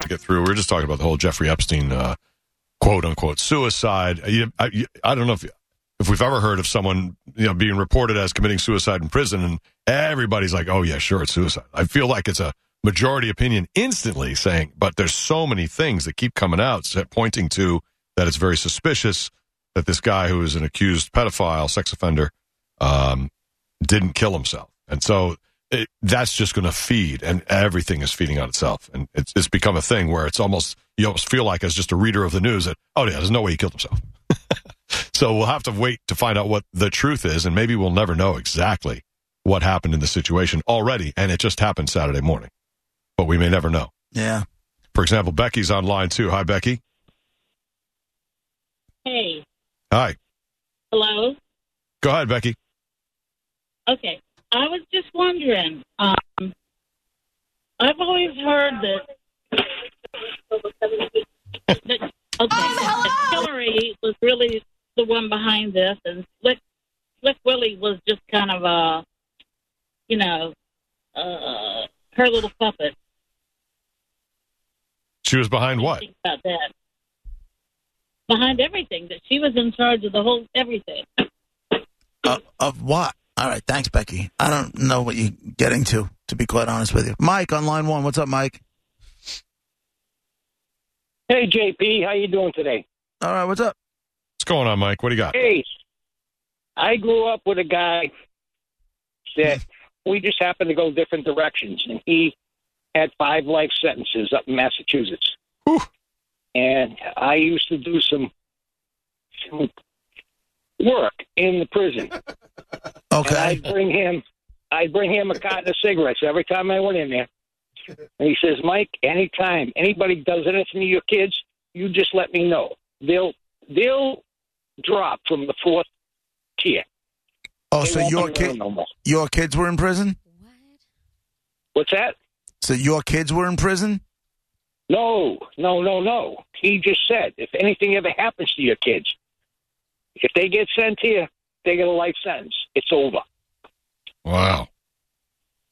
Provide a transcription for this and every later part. to get through. We were just talking about the whole Jeffrey Epstein uh, quote unquote suicide. You, I, you, I don't know if if we've ever heard of someone you know being reported as committing suicide in prison, and everybody's like, "Oh yeah, sure, it's suicide." I feel like it's a majority opinion instantly saying, but there's so many things that keep coming out so- pointing to that it's very suspicious that this guy who is an accused pedophile, sex offender, um, didn't kill himself, and so it, that's just going to feed, and everything is feeding on itself, and it's, it's become a thing where it's almost you almost feel like as just a reader of the news that oh yeah, there's no way he killed himself. so we'll have to wait to find out what the truth is, and maybe we'll never know exactly what happened in the situation already, and it just happened Saturday morning, but we may never know. Yeah. For example, Becky's online too. Hi, Becky. Hey, Hi. hello. Go ahead, Becky. Okay, I was just wondering. Um, I've always heard that. that okay, that Hillary was really the one behind this, and Slick, Slick Willie was just kind of a, you know, uh, her little puppet. She was behind what? Think about that. Behind everything, that she was in charge of the whole everything. Uh, of what? All right. Thanks, Becky. I don't know what you're getting to, to be quite honest with you. Mike on line one. What's up, Mike? Hey JP, how you doing today? All right. What's up? What's going on, Mike? What do you got? Hey, I grew up with a guy that we just happened to go different directions, and he had five life sentences up in Massachusetts. Whew. And I used to do some, some work in the prison. And Okay. I'd bring him, I'd bring him a carton of cigarettes every time I went in there. And he says, Mike, anytime anybody does anything to your kids, you just let me know. They'll they'll drop from the fourth tier. Oh, They so won't your be around kid, no more. your kids were in prison? What's that? So your kids were in prison? No, no, no, no. He just said, if anything ever happens to your kids, if they get sent here, they get a life sentence. It's over. Wow.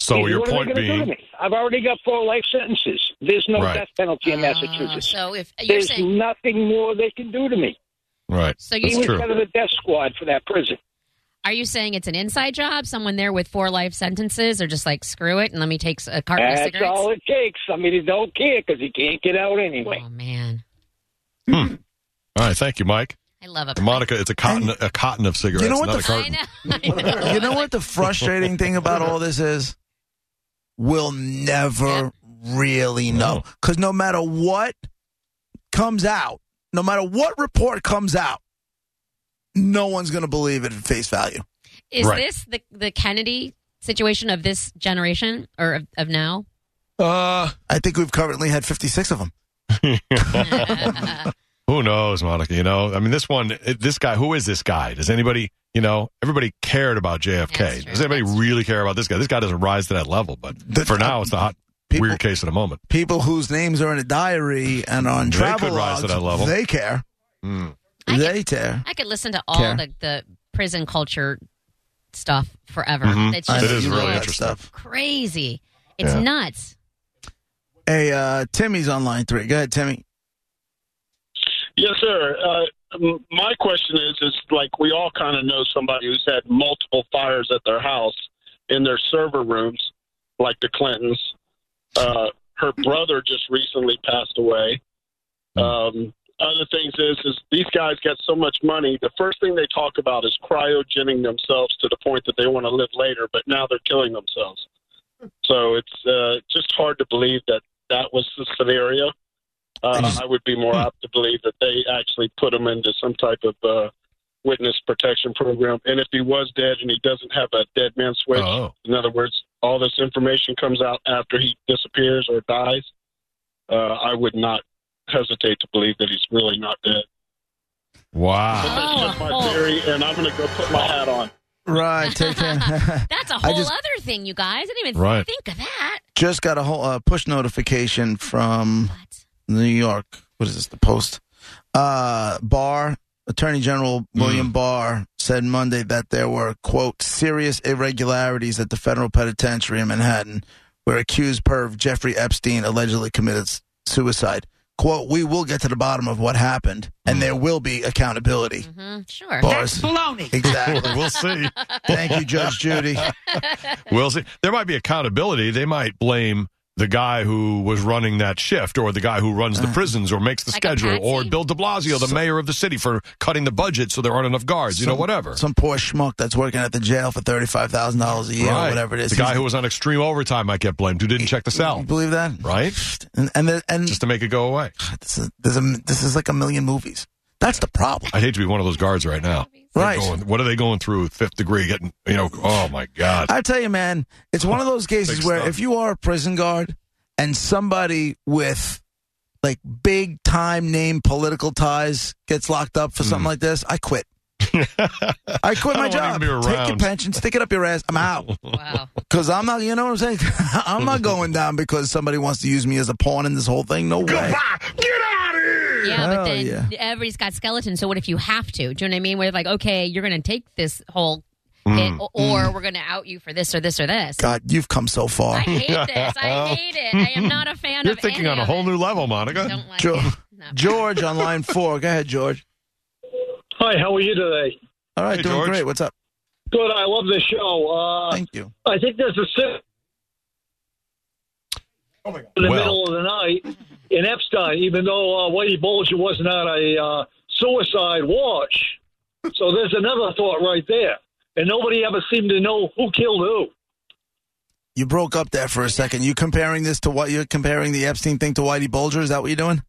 So Hey, your what are they point gonna do to being, me? I've already got four life sentences. There's no Right. death penalty in Massachusetts. Ah, so if you're There's saying, nothing more they can do to me. right? so He you That's was true. head of the death squad for that prison. are you saying it's an inside job? Someone there with four life sentences, or just like screw it and let me take a carton of That's cigarettes? all it takes. I mean, he don't care because he can't get out anyway. Oh man, All right. Thank you, Mike. I love it. Monica, it's a cotton, a cotton of cigarettes, You know what not the- a I carton. know. I know. You know what the frustrating thing about all this is? We'll never really know. Because no matter what comes out, no matter what report comes out, no one's going to believe it at face value. Is Right. this the the Kennedy situation of this generation or of, of now? Uh, I think we've currently had 56 of them. Uh, who knows, Monica? You know, I mean, this one, it- this guy, who is this guy? Does anybody, you know, everybody cared about That's JFK. true. Does anybody That's really care about this guy? This guy doesn't rise to that level, but The- for now, it's the hot, People- weird case of the moment. People whose names are in a diary and on They travel could rise to logs, that level. they care. Mm. I they care. I could listen to all Care. the, the prison culture stuff forever. Mhm. It's I just know. It is you love really that interesting. Stuff. crazy. It's Yeah. nuts. Hey, uh, Timmy's on line three. Go ahead, Timmy. Yes, sir. Uh, m- my question is, is like we all kind of know somebody who's had multiple fires at their house in their server rooms, like the Clintons. Uh, her brother just recently passed away. Um, other things is, is these guys got so much money. The first thing they talk about is cryogening themselves to the point that they want to live later, but now they're killing themselves. So it's uh, just hard to believe that that was the scenario. Uh, I would be more apt to believe that they actually put him into some type of uh, witness protection program. And if he was dead and he doesn't have a dead man switch, Oh, in other words, all this information comes out after he disappears or dies. Uh, I would not hesitate to believe that he's really not dead. But Wow. Oh, that's just my theory, and I'm going to go put my hat on. Right, take care. That's a I whole just- other thing, you guys. I didn't even Right. think of that. Just got a whole uh, push notification from What? New York. What is this? The Post. Uh, Barr, Attorney General Mm. William Barr said Monday that there were quote serious irregularities at the federal penitentiary in Manhattan, where accused perv Jeffrey Epstein allegedly committed s- suicide. Quote: We will get to the bottom of what happened, Mm. and there will be accountability. hmm Sure. Bars. Exactly. we'll see. Thank you, Judge Judy. We'll see. There might be accountability. They might blame the guy who was running that shift or the guy who runs Uh. the prisons or makes the Like a schedule or patsy? Bill de Blasio, the mayor of the city, for cutting the budget so there aren't enough guards, you know, Some- whatever. Some poor schmuck that's working at the jail for thirty-five thousand dollars a year, Right. or whatever it is. The guy He's- who was on extreme overtime might get blamed, who didn't check the you cell, believe that, right? And and there- and Just to make it go away. this is there's a, this is like a million movies. That's the problem, I'd hate to be one of those guards right now. They're right? going- what are they going through? Fifth degree, getting, you know, oh my God. I tell you, man, it's one of those cases Big where stuff. if you are a prison guard and somebody with like big time name political ties gets locked up for something like this, I quit. I quit Mm. I my don't wanna even job. be Take your around. pension, stick it up your ass. I'm out. Wow. Because I'm not, you know what I'm saying? I'm not going down because somebody wants to use me as a pawn in this whole thing. No way. Yeah, but Hell then yeah. everybody's got skeletons. So what if you have to? Do you know what I mean? Where like, okay, you're going to take this whole hit, or we're going to out you for this or this or this. God, you've Mm, come so I far. hate this. I hate it. I am not a fan You're of thinking any on a of whole it. new level, Monica. Don't like Sure. it. No. George on line four. Go ahead, George. Hi, how are you today? All right, Hey, doing George. great. What's up? Good. I love the show. Uh, Thank you. I think there's a sim- in the Well. middle of the night in Epstein, even though uh, Whitey Bulger was not a uh, suicide watch. So there's another thought right there. And nobody ever seemed to know who killed who. You broke up there for a second. You comparing this to what you're comparing the Epstein thing to Whitey Bulger? Is that what you're doing?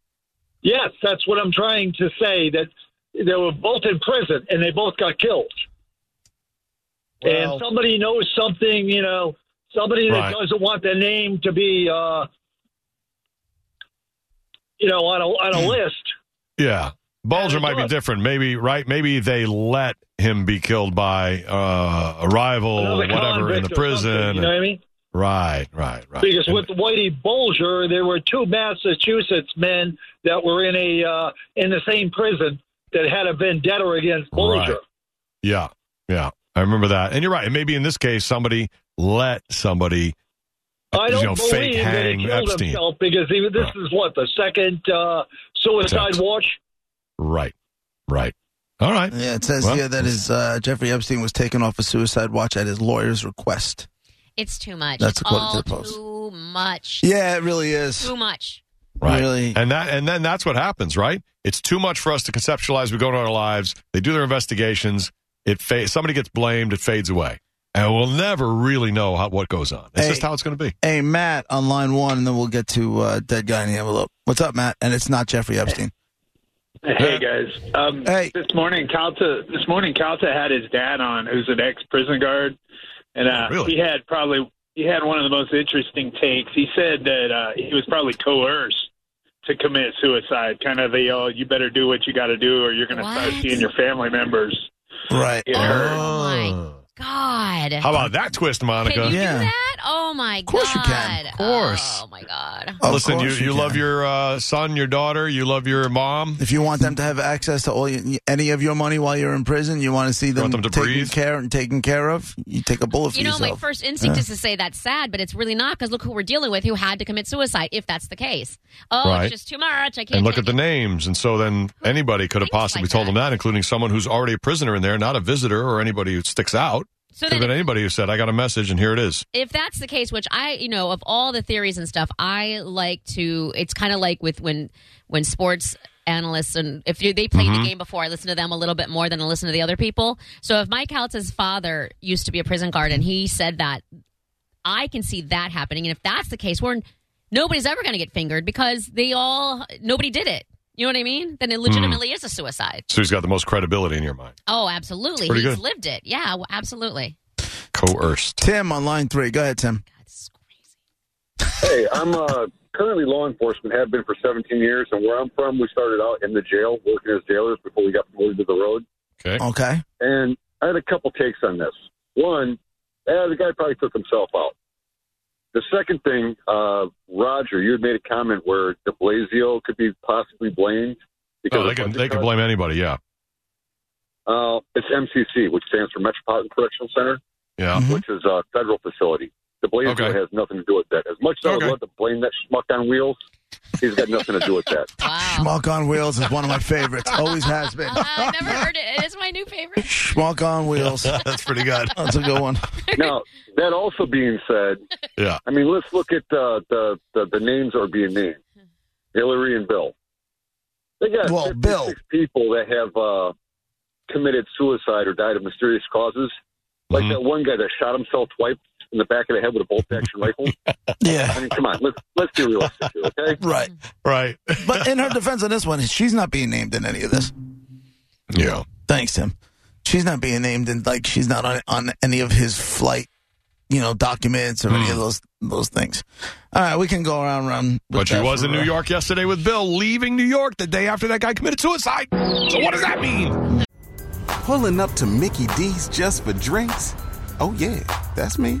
Yes, that's what I'm trying to say. That they were both in prison and they both got killed. Well- and somebody knows something, you know, somebody that Right. doesn't want their name to be, uh, you know, on a on Hmm. a list. Yeah. Bulger Yeah, might be look. different. Maybe, right? Maybe they let him be killed by uh, a rival or another whatever in the convict or something, prison. You know what I mean? Right, right, right. Because And- with Whitey Bulger, there were two Massachusetts men that were in a uh, in the same prison that had a vendetta against Bulger. Right. yeah, yeah. I remember that. And you're right. And maybe in this case, somebody let somebody I Uh, you don't know, believe fake that hang he killed Epstein. himself because he, this is what the second uh, suicide Attempt. watch. Right, right. All right. Yeah, it says Well- here that his uh, Jeffrey Epstein was taken off a suicide watch at his lawyer's request. It's too much. That's it's according to all the Post. too much. Yeah, it really is. Too much. Right. Really. And that and then that's what happens, right? It's too much for us to conceptualize. We go to our lives. They do their investigations. It fa- somebody gets blamed. It fades away, and we'll never really know how, what goes on. It's Hey. just how it's going to be. Hey, Matt on line one, and then we'll get to uh, dead guy in the envelope. What's up, Matt? And it's not Jeffrey Epstein. Hey guys, um, Hey. this morning Calta this morning Calta had his dad on, who's an ex prison guard, and uh, Oh, really? he had probably he had one of the most interesting takes. He said that uh, he was probably coerced to commit suicide, kind of the oh, you better do what you got to do, or you're going to start What? seeing your family members. Right. Get hurt. Oh my God. Oh. How about that twist, Monica? Can you Yeah. do that? Oh my course you god! can. Of course. Oh my god! Of Listen, you, course you love can. your uh, son, your daughter, you love your mom. If you want them to have access to all your, any of your money while you're in prison, you want to see them, want them to taken breathe? care and taken care of. You take a bullet for You know, yourself. my first instinct is to say that's sad, but it's really not because look who we're dealing with who had to commit suicide. If that's the case, oh, Right. it's just too much. I can't. And look at take the it. names. And so then anybody could have Things like possibly told them that, including someone who's already a prisoner in there, not a visitor or anybody who sticks out. So Could have then, been anybody who said, I got a message and here it is. if that's the case, which I, you know, of all the theories and stuff, I like to. It's kind of like with when when sports analysts and if you, they Mm-hmm. played the game before, I listen to them a little bit more than I listen to the other people. So if Mike House's father used to be a prison guard and he said that, I can see that happening. And if that's the case, we're nobody's ever going to get fingered because they all nobody did it. You know what I mean? Mm-hmm. Then it legitimately is a suicide. So he's got the most credibility in your mind. Oh, absolutely. Pretty He's good. lived it. Yeah, well, absolutely. Coerced. Tim on line three. Go ahead, Tim. That's crazy. Hey, I'm uh, currently law enforcement, have been for 17 years, and where I'm from, we started out in the jail, working as jailers before we got promoted to the road. Okay. Okay. And I had a couple takes on this. One, eh, the guy probably took himself out. The second thing, uh, Roger, you had made a comment where De Blasio could be possibly blamed. Oh, they of can budget they can cuts. blame anybody. Yeah. Uh, it's MCC, which stands for Metropolitan Correctional Center, Yeah. Mhm. which is a federal facility. The Blasio Mm-hmm. Okay. has nothing to do with that. As much as I Okay. would love to blame that schmuck on wheels, he's got nothing to do with that. Wow. Uh, Schmuck on Wheels is one of my favorites. Always has been. I've never heard it. It's my new favorite. Schmuck on Wheels. That's pretty good. That's a good one. now, that also being said, Yeah. I mean, let's look at uh, the, the the names that are being named: Hillary and Bill. They got Well, 56 Bill. people that have uh, committed suicide or died of mysterious causes, like Mhm. that one guy that shot himself twice in the back of the head with a bolt-action rifle. I Yeah. mean, come on, let's let's be realistic, here, okay? Right. Right. But in her defense on this one, she's not being named in any of this. Yeah. Thanks, Tim. She's not being named and like she's not on on any of his flight, you know, documents or any of those those things. All right, we can go around around. with But she that was for, in New uh, York yesterday with Bill, leaving New York the day after that guy committed suicide. So what does that mean? Pulling up to Mickey D's just for drinks? Oh, yeah, that's me.